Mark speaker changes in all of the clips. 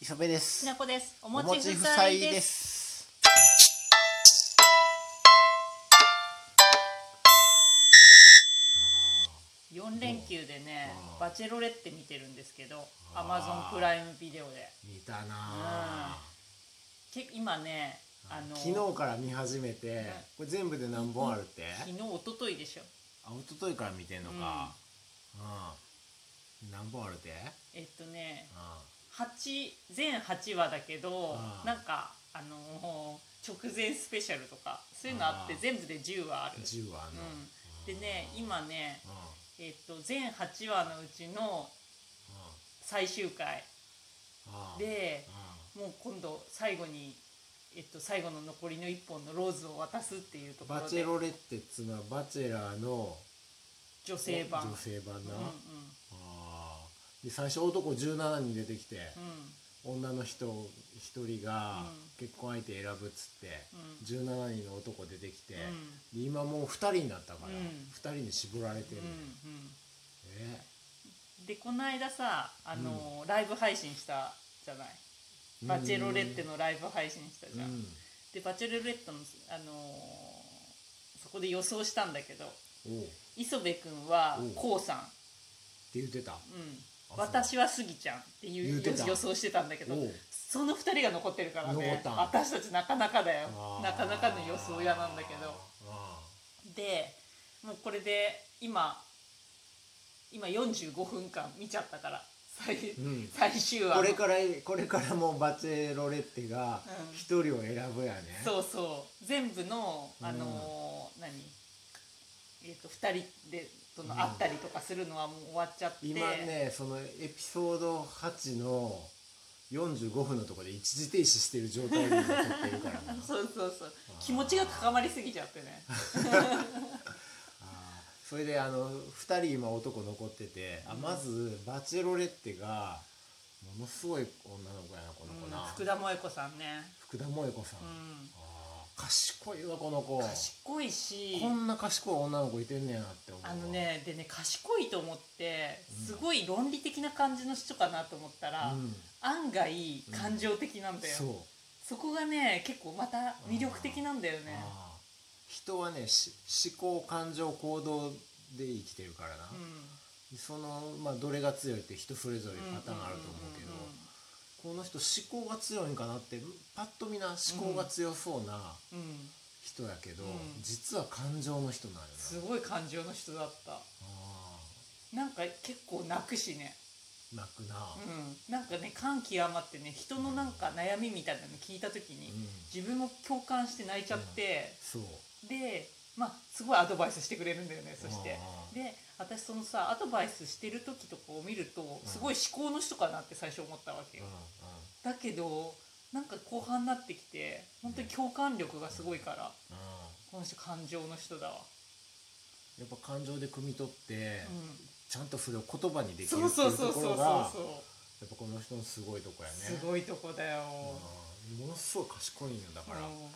Speaker 1: 磯部です
Speaker 2: きなこです。お
Speaker 1: お
Speaker 2: 餅
Speaker 1: 餅
Speaker 2: 夫
Speaker 1: 夫
Speaker 2: 妻
Speaker 1: 妻
Speaker 2: で。
Speaker 1: ですす
Speaker 2: 四連休でね
Speaker 1: う、ん
Speaker 2: バチェロレッテ見てるんですけど、アマゾ
Speaker 1: あー
Speaker 2: ンプライムビデオで。
Speaker 1: 見たなあ
Speaker 2: け今ね、あの
Speaker 1: 昨日から見始めてこれ全部で何本あるって
Speaker 2: 昨日一昨日でしょ。
Speaker 1: あ一昨日から見てんのかうん何本あるって
Speaker 2: えっとね、
Speaker 1: う
Speaker 2: 八全八話だけど
Speaker 1: あ、ー
Speaker 2: なんかあのー直前スペシャルとかそういうのあって
Speaker 1: あー
Speaker 2: 全部で十話ある
Speaker 1: ん。10はあんの
Speaker 2: うんでね、今ね、
Speaker 1: うんうん
Speaker 2: えっと全八話のうちの最終回
Speaker 1: うん
Speaker 2: で。
Speaker 1: う
Speaker 2: もう今度最後に、えっと、最後の残りの1本のローズを渡すっていうと
Speaker 1: ん
Speaker 2: こ
Speaker 1: バ
Speaker 2: ろ
Speaker 1: チェ
Speaker 2: で
Speaker 1: ロレッテっつうのはバチェラーの
Speaker 2: 女性版
Speaker 1: 女性版
Speaker 2: うん
Speaker 1: な
Speaker 2: うん
Speaker 1: あーで最初男17人出てきて
Speaker 2: うん
Speaker 1: 女の人1人が
Speaker 2: うん
Speaker 1: 結婚相手選ぶっつって
Speaker 2: うん
Speaker 1: 17人の男出てきて、
Speaker 2: うん
Speaker 1: で今もう2人になったから、
Speaker 2: うん
Speaker 1: 2人に絞られて
Speaker 2: う
Speaker 1: る、
Speaker 2: ん
Speaker 1: え
Speaker 2: うんでこの間さあの、ライブ配信したじゃない
Speaker 1: うん
Speaker 2: バチェロレッテのライブ配信したじゃん、
Speaker 1: うん
Speaker 2: でバチェロレッテの、あのーそこで予想したんだけど
Speaker 1: おうって
Speaker 2: 磯部君は
Speaker 1: おう
Speaker 2: こうさん、
Speaker 1: 言ってた
Speaker 2: う
Speaker 1: そ
Speaker 2: ん、
Speaker 1: う
Speaker 2: 私はスギちゃんってい
Speaker 1: 言
Speaker 2: う
Speaker 1: ってた
Speaker 2: 予想してたんだけど
Speaker 1: おう
Speaker 2: その2人が残ってるから
Speaker 1: 残
Speaker 2: ね
Speaker 1: った
Speaker 2: 私たちなかなかだよ
Speaker 1: あー
Speaker 2: なかなかの予想屋なんだけど
Speaker 1: あ
Speaker 2: でもうこれで今今45分間見ちゃったから最,、
Speaker 1: ーうん
Speaker 2: 最終話
Speaker 1: これからこれからもうバチェロレッテが
Speaker 2: うん
Speaker 1: 1人を選ぶやね、
Speaker 2: そうそう全部のあのー何えっ、と2人でとの
Speaker 1: うん
Speaker 2: 会ったりとかするのはもう終わっちゃって、
Speaker 1: 今ねそのエピソード8の45分のところで一時停止してる状態で撮ってるからな
Speaker 2: そうそうそう
Speaker 1: あー
Speaker 2: 気持ちが高まりすぎちゃってね
Speaker 1: あーそれであの2人今男残ってて、あ
Speaker 2: うん
Speaker 1: まずバチェロレッテがものすごい女の子やなこの子な、
Speaker 2: うん福田萌子さんね
Speaker 1: 福田萌子さん、
Speaker 2: う
Speaker 1: あ
Speaker 2: ん
Speaker 1: ー賢いわこの子
Speaker 2: 賢いし
Speaker 1: こんな賢い女の子いてんねやなって思うわ
Speaker 2: あのねでね賢いと思ってすごい論理的な感じの人かなと思ったら、
Speaker 1: うん
Speaker 2: 案外感情的なんだよ、
Speaker 1: そう、
Speaker 2: そこがね結構また魅力的なんだよね
Speaker 1: あー人はねし思考感情行動で生きてるからな、
Speaker 2: う
Speaker 1: そのまあどれが強いって人それぞれ
Speaker 2: ん
Speaker 1: パターンあると思うけど、この人思考が強いんかなってパッと見な思考が強そうな
Speaker 2: うんうんうんうん
Speaker 1: 人やけど、
Speaker 2: うん
Speaker 1: 実は感情の人なんよな
Speaker 2: すごい感情の人だった
Speaker 1: あ
Speaker 2: なんか結構泣くしね、
Speaker 1: ー泣くな、
Speaker 2: うん、なんかね感極まってね人のなんか悩みみたいなの聞いた時
Speaker 1: う
Speaker 2: に、
Speaker 1: ん
Speaker 2: 自分も共感して泣いちゃって、
Speaker 1: そう
Speaker 2: でまあすごいアドバイスしてくれるんだよねそして
Speaker 1: あー
Speaker 2: で私そのさアドバイスしてる時とかを見ると
Speaker 1: うん
Speaker 2: すごい思考の人かなって最初思ったわけ
Speaker 1: うん
Speaker 2: よ
Speaker 1: うん、
Speaker 2: だけどなんか後半になってきて本当に共感力がすごいから
Speaker 1: うん
Speaker 2: この人感情の人だわ、
Speaker 1: やっぱ感情で汲み取って、
Speaker 2: うん、
Speaker 1: ちゃんとそれを言葉にできる
Speaker 2: そう
Speaker 1: ってい
Speaker 2: そう
Speaker 1: う
Speaker 2: そ
Speaker 1: と
Speaker 2: うそ
Speaker 1: ころ
Speaker 2: うそう
Speaker 1: がやっ
Speaker 2: そ
Speaker 1: ぱこの人のすごいとこ
Speaker 2: う
Speaker 1: やね
Speaker 2: すごいとこだよ、
Speaker 1: うんものすごい賢いんよだから、
Speaker 2: あ
Speaker 1: うん
Speaker 2: の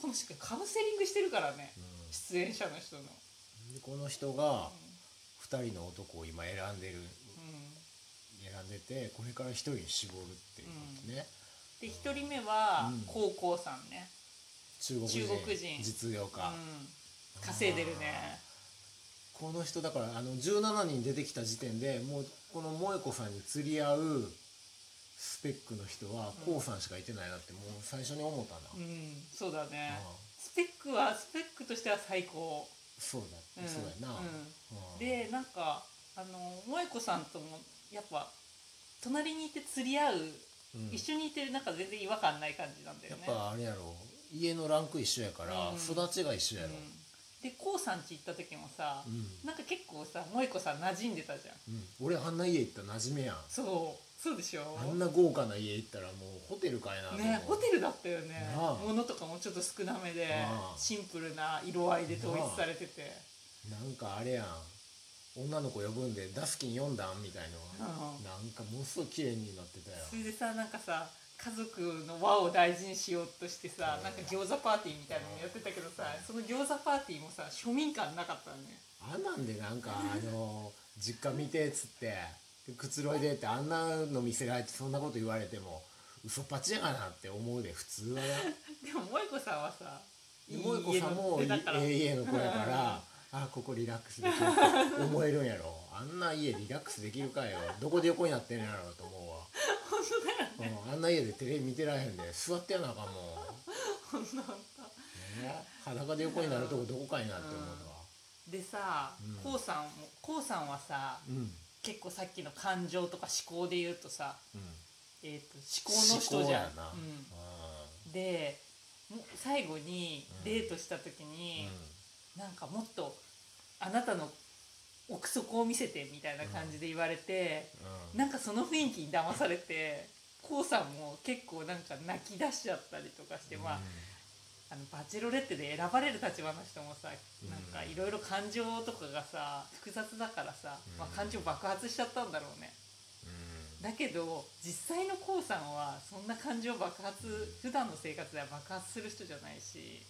Speaker 2: この人カウンセリングしてるからね出演者の人の、
Speaker 1: でこの人が
Speaker 2: う
Speaker 1: 2人の男を今選んでる
Speaker 2: んうん
Speaker 1: 選んでてこれから一人に絞るっていうことね、
Speaker 2: で1人目は
Speaker 1: うん
Speaker 2: 高校さんね、
Speaker 1: 中国人
Speaker 2: 中国人
Speaker 1: 実業家、
Speaker 2: うん、稼いでるね
Speaker 1: この人だからあの17人出てきた時点でもうこの萌子さんに釣り合うスペックの人は
Speaker 2: うん
Speaker 1: こうさんしかいてないなってもう最初に思ったな、
Speaker 2: うんそうだね
Speaker 1: ああ
Speaker 2: スペックはスペックとしては最高、
Speaker 1: そうだ、
Speaker 2: うん、
Speaker 1: そうやな、
Speaker 2: う
Speaker 1: う
Speaker 2: ん、
Speaker 1: ん
Speaker 2: でなんかあの萌子さんともやっぱ隣にいて釣り合う、
Speaker 1: うん
Speaker 2: 一緒にいてなんか全然違和感ない感じなんだ
Speaker 1: や
Speaker 2: よ
Speaker 1: っ
Speaker 2: ね
Speaker 1: ぱあれやろ家のランク一緒やから
Speaker 2: うん
Speaker 1: 育ちが一緒や
Speaker 2: う
Speaker 1: ろ
Speaker 2: ん、でこうさん家行った時もさ、
Speaker 1: うん、
Speaker 2: なんか結構さ萌子さん馴染んでたじゃん
Speaker 1: うん俺あんな家行ったら馴染めやん
Speaker 2: そうそうでしょ
Speaker 1: あんな豪華な家行ったらもうホテルかいなと思う
Speaker 2: ね、ホテルだったよね
Speaker 1: なあ
Speaker 2: 物とかもちょっと少なめで
Speaker 1: ああ
Speaker 2: シンプルな色合いで統一されてて、
Speaker 1: なんかあれやん女の子呼ぶんでダスキン読んだんみたいな、
Speaker 2: うん
Speaker 1: なんかものすごい綺麗になってたよ
Speaker 2: それでさなんかさ家族の輪を大事にしようとしてさ、
Speaker 1: うん
Speaker 2: なんか餃子パーティーみたいなのやってたけどさ、その餃子パーティーもさ庶民感なかったのね
Speaker 1: あんなんでなんかあの実家見てっつってくつろいでってあんなの見せられてそんなこと言われても嘘っぱちやがなって思うで普通はな
Speaker 2: でも萌子さんはさ
Speaker 1: で萌子さんも
Speaker 2: いい家の
Speaker 1: い
Speaker 2: 出だから
Speaker 1: ええ家の子やからあここリラックスできるって思えるんやろあんな家リラックスできるかよどこで横になってんのやろうと思うわ
Speaker 2: 本当だよね
Speaker 1: うん、あんな家でテレビ見てられへんで座ってやなあかんもん、
Speaker 2: 本当本
Speaker 1: ね、裸で横になるとこどこかいなって思うわ
Speaker 2: 当でさ、
Speaker 1: うん
Speaker 2: こうさんもこうさんはさ
Speaker 1: うん、うん
Speaker 2: 結構さっきの感情とか思考で言うとさ、えー、と思考の人じゃん
Speaker 1: 思考やな、
Speaker 2: うんでも最後に
Speaker 1: うん
Speaker 2: デートした時に、
Speaker 1: う
Speaker 2: なんかもっとあなたの奥底を見せてみたいな感じで言われて、
Speaker 1: んうん
Speaker 2: なんかその雰囲気に騙されてこうさんも結構なんか泣き出しちゃったりとかして、まああのバチェロレッテで選ばれる立場の人もさ
Speaker 1: うん
Speaker 2: なんかいろいろ感情とかがさ複雑だからさ、まあ
Speaker 1: うん、
Speaker 2: 感情爆発しちゃったんだろうね。
Speaker 1: う
Speaker 2: だけど実際のこうさんはそんな感情爆発普段の生活では爆発する人じゃないし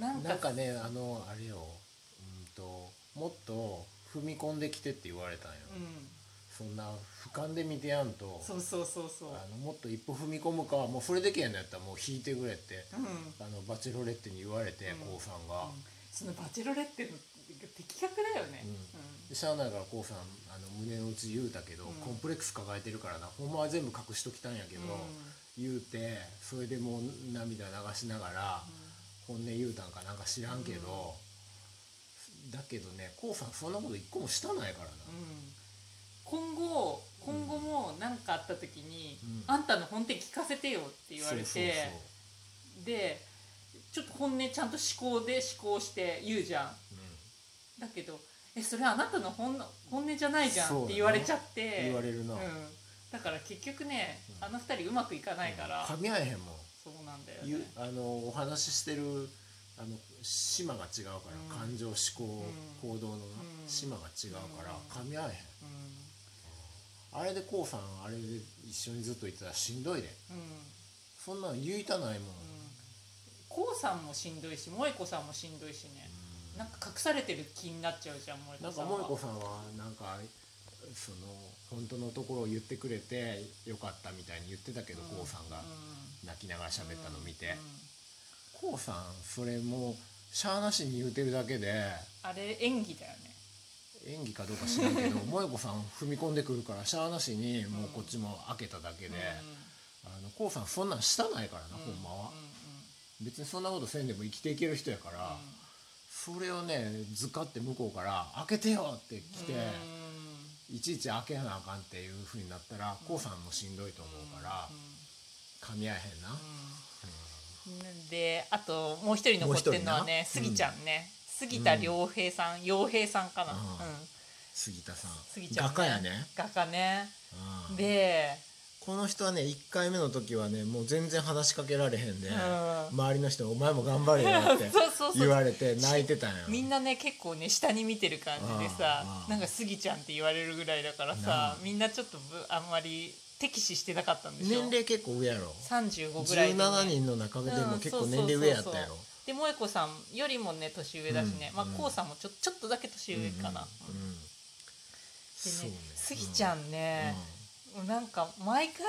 Speaker 2: なんん
Speaker 1: な
Speaker 2: か
Speaker 1: んかねあのあれよ、うん、ともっと踏み込んできてって言われたんよ、
Speaker 2: う
Speaker 1: そんな俯瞰で見てやんと
Speaker 2: ん、そうそうそうそう
Speaker 1: あのもっと一歩踏み込むかはもうそれできへんのやったらもう引いてくれって、
Speaker 2: うん、うん、
Speaker 1: あのバチェロレッテに言われて、
Speaker 2: うん
Speaker 1: こうさんが。
Speaker 2: そのバチェロレッテの的確だよね
Speaker 1: うん
Speaker 2: う
Speaker 1: でしゃあないからこうさんあの胸の内言うたけど、
Speaker 2: うん
Speaker 1: コンプレックス抱えてるからなほんまは全部隠しときたんやけど、
Speaker 2: ん
Speaker 1: 言うてそれでもう涙流しながら、本音言うたんかなんか知らんけど、だけどねこうさんそんなこと一個もしたないからな、
Speaker 2: うんうん今後今後も何かあった時に、
Speaker 1: うん
Speaker 2: あんたの本音聞かせてよって言われて
Speaker 1: そうそう
Speaker 2: でちょっと本音ちゃんと思考で思考して言うじゃん
Speaker 1: そう、
Speaker 2: だけど「えそれあなたの本の本音じゃないじゃ」
Speaker 1: そうんだね
Speaker 2: って言われちゃって、
Speaker 1: うん、言われるな、
Speaker 2: う
Speaker 1: うんん、
Speaker 2: だから結局ね、
Speaker 1: うん
Speaker 2: あの二人うまくいかないから、
Speaker 1: 噛み合えへんもん
Speaker 2: そうなんだよ
Speaker 1: ゆ
Speaker 2: ね
Speaker 1: あのお話ししてるあの島が違うから、
Speaker 2: うん
Speaker 1: 感情思考、
Speaker 2: うん
Speaker 1: 行動のな
Speaker 2: うん
Speaker 1: 島が違うから、
Speaker 2: う
Speaker 1: 噛み合えへんあ
Speaker 2: うん、
Speaker 1: れでこうさんあれで一緒にずっといてたらしんどいで
Speaker 2: うん
Speaker 1: そんなん言いたないもん、
Speaker 2: うんこうさんもしんどいし萌子さんもしんどいしねなんか隠されてる気になっちゃうじゃん萌
Speaker 1: なん
Speaker 2: 子
Speaker 1: か
Speaker 2: さんは
Speaker 1: 萌子さんはなんかその本当のところを言ってくれてよかったみたいに言ってたけど、こうさんが泣きながら喋ったの見て、
Speaker 2: うんうん
Speaker 1: こうさんそれもうしゃあなしに言うてるだけで
Speaker 2: あれ演技だよね
Speaker 1: 演技かどうか知らんけ ど萌子さん踏み込んでくるからしゃあなしにもうこっちも開けただけで、あのこうさんそんなんしたないからな、
Speaker 2: う
Speaker 1: ほ
Speaker 2: ん
Speaker 1: んまは
Speaker 2: う、ん
Speaker 1: 別にそんなことせんでも生きていける人やから、それをねずかって向こうから「開けてよ!」って来て、いちいち開けなあかんっていうふうになったら、こうさんもしんどいと思うから、噛み合えへんな、
Speaker 2: うんであともう一人残ってるのは
Speaker 1: もう
Speaker 2: ね
Speaker 1: 一人な
Speaker 2: 杉ちゃんね、杉田良平さん良平さんかな、
Speaker 1: うん
Speaker 2: うん
Speaker 1: 杉田さん
Speaker 2: 杉ちゃん、
Speaker 1: 画家やね、
Speaker 2: 画家ね
Speaker 1: うん
Speaker 2: で
Speaker 1: この人はね1回目の時はねもう全然話しかけられへんで、
Speaker 2: ん
Speaker 1: 周りの人「お前も頑張れよ」って
Speaker 2: そうそうそう
Speaker 1: 言われて泣いてたんよ
Speaker 2: みんなね結構ね下に見てる感じでさ
Speaker 1: うんうん
Speaker 2: なんか杉ちゃんって言われるぐらいだからさ
Speaker 1: う
Speaker 2: みんなちょっとぶあんまり敵視してなかったんでしょ
Speaker 1: 年齢結構上やろ
Speaker 2: 35ぐらいでね、
Speaker 1: 17人の中で
Speaker 2: う
Speaker 1: も
Speaker 2: ん
Speaker 1: 結構年齢上やった
Speaker 2: そうそう
Speaker 1: や
Speaker 2: そ
Speaker 1: ろ
Speaker 2: うそうで萌子さんよりもね年上だしね、
Speaker 1: うん
Speaker 2: まあ
Speaker 1: うん
Speaker 2: こうさんもちょちょっとだけ年上かな、
Speaker 1: うんうん
Speaker 2: で
Speaker 1: そうね
Speaker 2: ね杉ちゃ
Speaker 1: うん
Speaker 2: ね、もうなんか毎回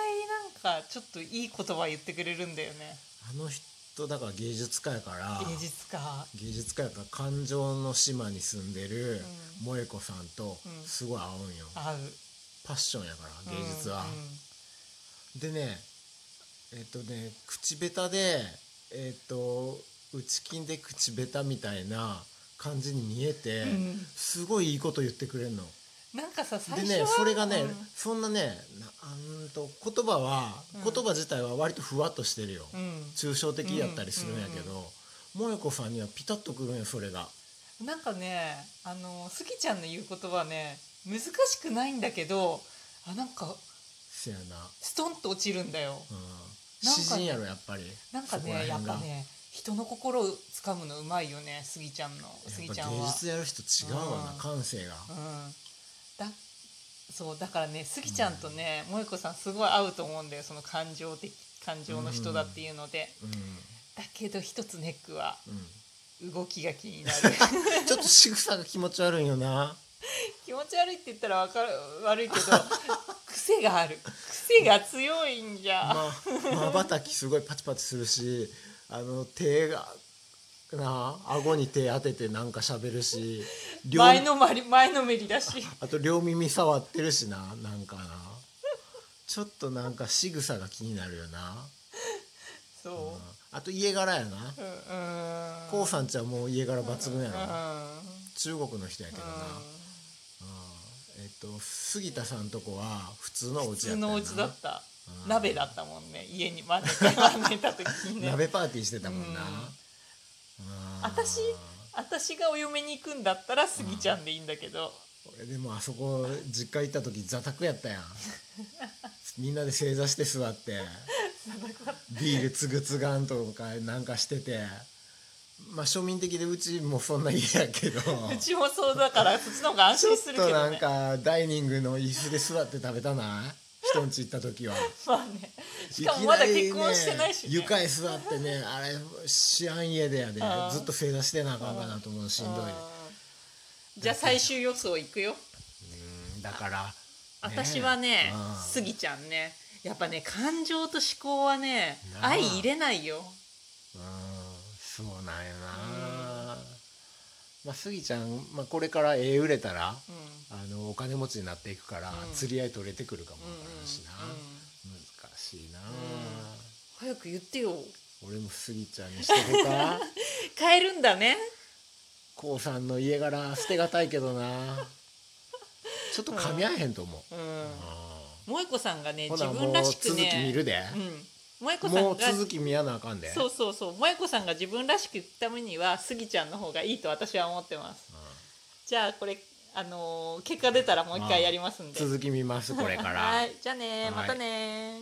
Speaker 2: なんかちょっといい言葉言ってくれるんだよね
Speaker 1: んあの人だから芸術家やから
Speaker 2: 芸術家
Speaker 1: 芸術家やから感情の島に住んでる
Speaker 2: うん
Speaker 1: 萌子さんと
Speaker 2: うん
Speaker 1: すごい合うんよ、
Speaker 2: 合う
Speaker 1: パッションやから芸術は、でねえっとね口下手でえっと内金で口下手みたいな感じに見えて、
Speaker 2: うんうん
Speaker 1: すごいいいこと言ってくれるの。
Speaker 2: うんなんかさ最
Speaker 1: で
Speaker 2: 初は
Speaker 1: ねそれがね、
Speaker 2: うん
Speaker 1: そんなねなあーんと言葉は、
Speaker 2: うん
Speaker 1: 言葉自体は割とふわっとしてるよ、
Speaker 2: うん
Speaker 1: 抽象的やったりするんやけど、萌子さんにはピタッとくるんよそれが。
Speaker 2: なんかねあの杉ちゃんの言う言葉ね難しくないんだけどあなんか
Speaker 1: せやな,、
Speaker 2: ストンと落ちるんだよ
Speaker 1: うん、
Speaker 2: なんか
Speaker 1: 詩人やろやっぱり
Speaker 2: なんか
Speaker 1: そこら
Speaker 2: ねやっ
Speaker 1: 辺が
Speaker 2: ぱね人の心をつかむのうまいよね杉ちゃんの
Speaker 1: やっ
Speaker 2: 杉
Speaker 1: ぱ
Speaker 2: ちゃん
Speaker 1: 芸
Speaker 2: は
Speaker 1: 術やる人違うわな、
Speaker 2: うん
Speaker 1: 感性が、
Speaker 2: うんだそうだからね杉ちゃんとね萌子さんすごい合うと思うんだよその感情的感情の人だっていうので、
Speaker 1: う
Speaker 2: だけど一つネックは
Speaker 1: んうん、
Speaker 2: 動きが気になる
Speaker 1: ちょっと仕草が気持ち悪いよな。
Speaker 2: 気持ち悪いって言ったらわかる悪いけど癖癖がある癖が強いんじゃ、
Speaker 1: まばたきすごいパチパチするしあの手がなあ顎に手当ててなんか喋るし両
Speaker 2: 前のまり前のめりだし
Speaker 1: あと両耳触ってるしななんかなちょっとなんか仕草が気になるよな、うん
Speaker 2: そ
Speaker 1: あと家柄やな
Speaker 2: う、うん、うん
Speaker 1: こうさんちはもう家柄抜群やろ、
Speaker 2: うん
Speaker 1: 中国の人やけどな、うんえっと杉田さんとこは普通のお家
Speaker 2: 普
Speaker 1: やっ
Speaker 2: 通
Speaker 1: たよ
Speaker 2: のお
Speaker 1: な
Speaker 2: 家だった
Speaker 1: うん
Speaker 2: 鍋だったもんね家に混ぜて混ぜた時にね
Speaker 1: 鍋パーティーしてたもんな、
Speaker 2: うん
Speaker 1: うん
Speaker 2: 私私がお嫁に行くんだったらスギちゃんでいいんだけど、
Speaker 1: 俺でもあそこ実家行った時座卓やったやん みんなで正座して座って ビールつぐつがんとかなんかしててまあ庶民的でうちもそんな家やけど
Speaker 2: うちもそうだからそっちの方が安
Speaker 1: ちょ
Speaker 2: 心す
Speaker 1: っ
Speaker 2: るけど
Speaker 1: と
Speaker 2: ね
Speaker 1: なんかダイニングの椅子で座って食べたない人んち行った時は。
Speaker 2: まあねしかもまだ結婚してないし、ね、
Speaker 1: いきなりね、床へ座ってねあれ知らん家でやで
Speaker 2: あー
Speaker 1: ずっと正座してなあかんかなと思うのしんどい
Speaker 2: うんじゃあ最終予想いくよ
Speaker 1: うんだから、ね
Speaker 2: 私はね
Speaker 1: うん
Speaker 2: スギちゃんねやっぱね感情と思考はね
Speaker 1: なあ
Speaker 2: 相入れないよ
Speaker 1: うんそうなんやな、まあスギちゃん、まあ、これから絵売れたら
Speaker 2: うん
Speaker 1: あのお金持ちになっていくから、
Speaker 2: うん
Speaker 1: 釣り合い取れてくるかもわ
Speaker 2: うん
Speaker 1: からんしな、
Speaker 2: う
Speaker 1: 難しいな、
Speaker 2: ん早く言ってよ
Speaker 1: 俺もスギちゃんにしてこうか
Speaker 2: 変えるんだね
Speaker 1: こうさんの家柄捨てがたいけど なちょっと噛み合えへんと思う、
Speaker 2: うん
Speaker 1: うん
Speaker 2: 萌子さんがね
Speaker 1: ほ
Speaker 2: 自
Speaker 1: な
Speaker 2: 分
Speaker 1: もう
Speaker 2: らしく
Speaker 1: 続き見
Speaker 2: ね
Speaker 1: るで、
Speaker 2: うん萌子さ
Speaker 1: も
Speaker 2: ん
Speaker 1: う
Speaker 2: が
Speaker 1: 続き見やなあかんで
Speaker 2: そうそうそう萌子さんが自分らしく言くためにはスギちゃんの方がいいと私は思ってますじゃあこれあのー結果出たらもう一回やりますんで
Speaker 1: 続き見ますこれから
Speaker 2: はいじゃあね
Speaker 1: はい
Speaker 2: またね